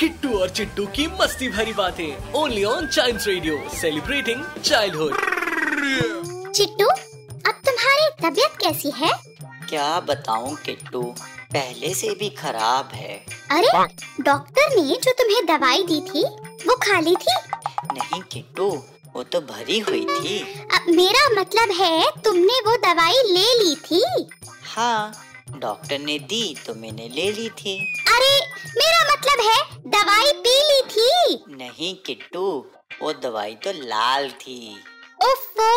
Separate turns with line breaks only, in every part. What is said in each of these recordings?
किट्टू और चिट्टू की मस्ती भरी बातें only on child radio celebrating childhood
Chittu अब तुम्हारी तबीयत कैसी है
क्या बताऊं किट्टू पहले से भी खराब है
अरे डॉक्टर ने जो तुम्हें दवाई दी थी वो खाली थी
नहीं किट्टू वो तो भरी हुई थी
अब मेरा मतलब है तुमने वो दवाई ले ली थी
हाँ डॉक्टर ने दी तो मैंने ले ली थी
अरे मेरा मतलब है दवाई पी ली थी
नहीं किट्टू वो दवाई तो लाल थी
ओफो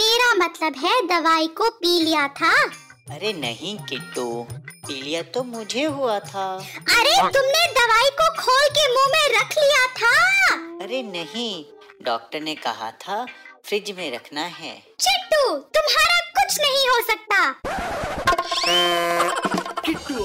मेरा मतलब है दवाई को पी लिया था
अरे नहीं किट्टू पीलिया तो मुझे हुआ था
अरे तुमने दवाई को खोल के मुंह में रख लिया था
अरे नहीं डॉक्टर ने कहा था फ्रिज में रखना है
चिट्टू तुम्हारा कुछ नहीं हो सकता
किट्टू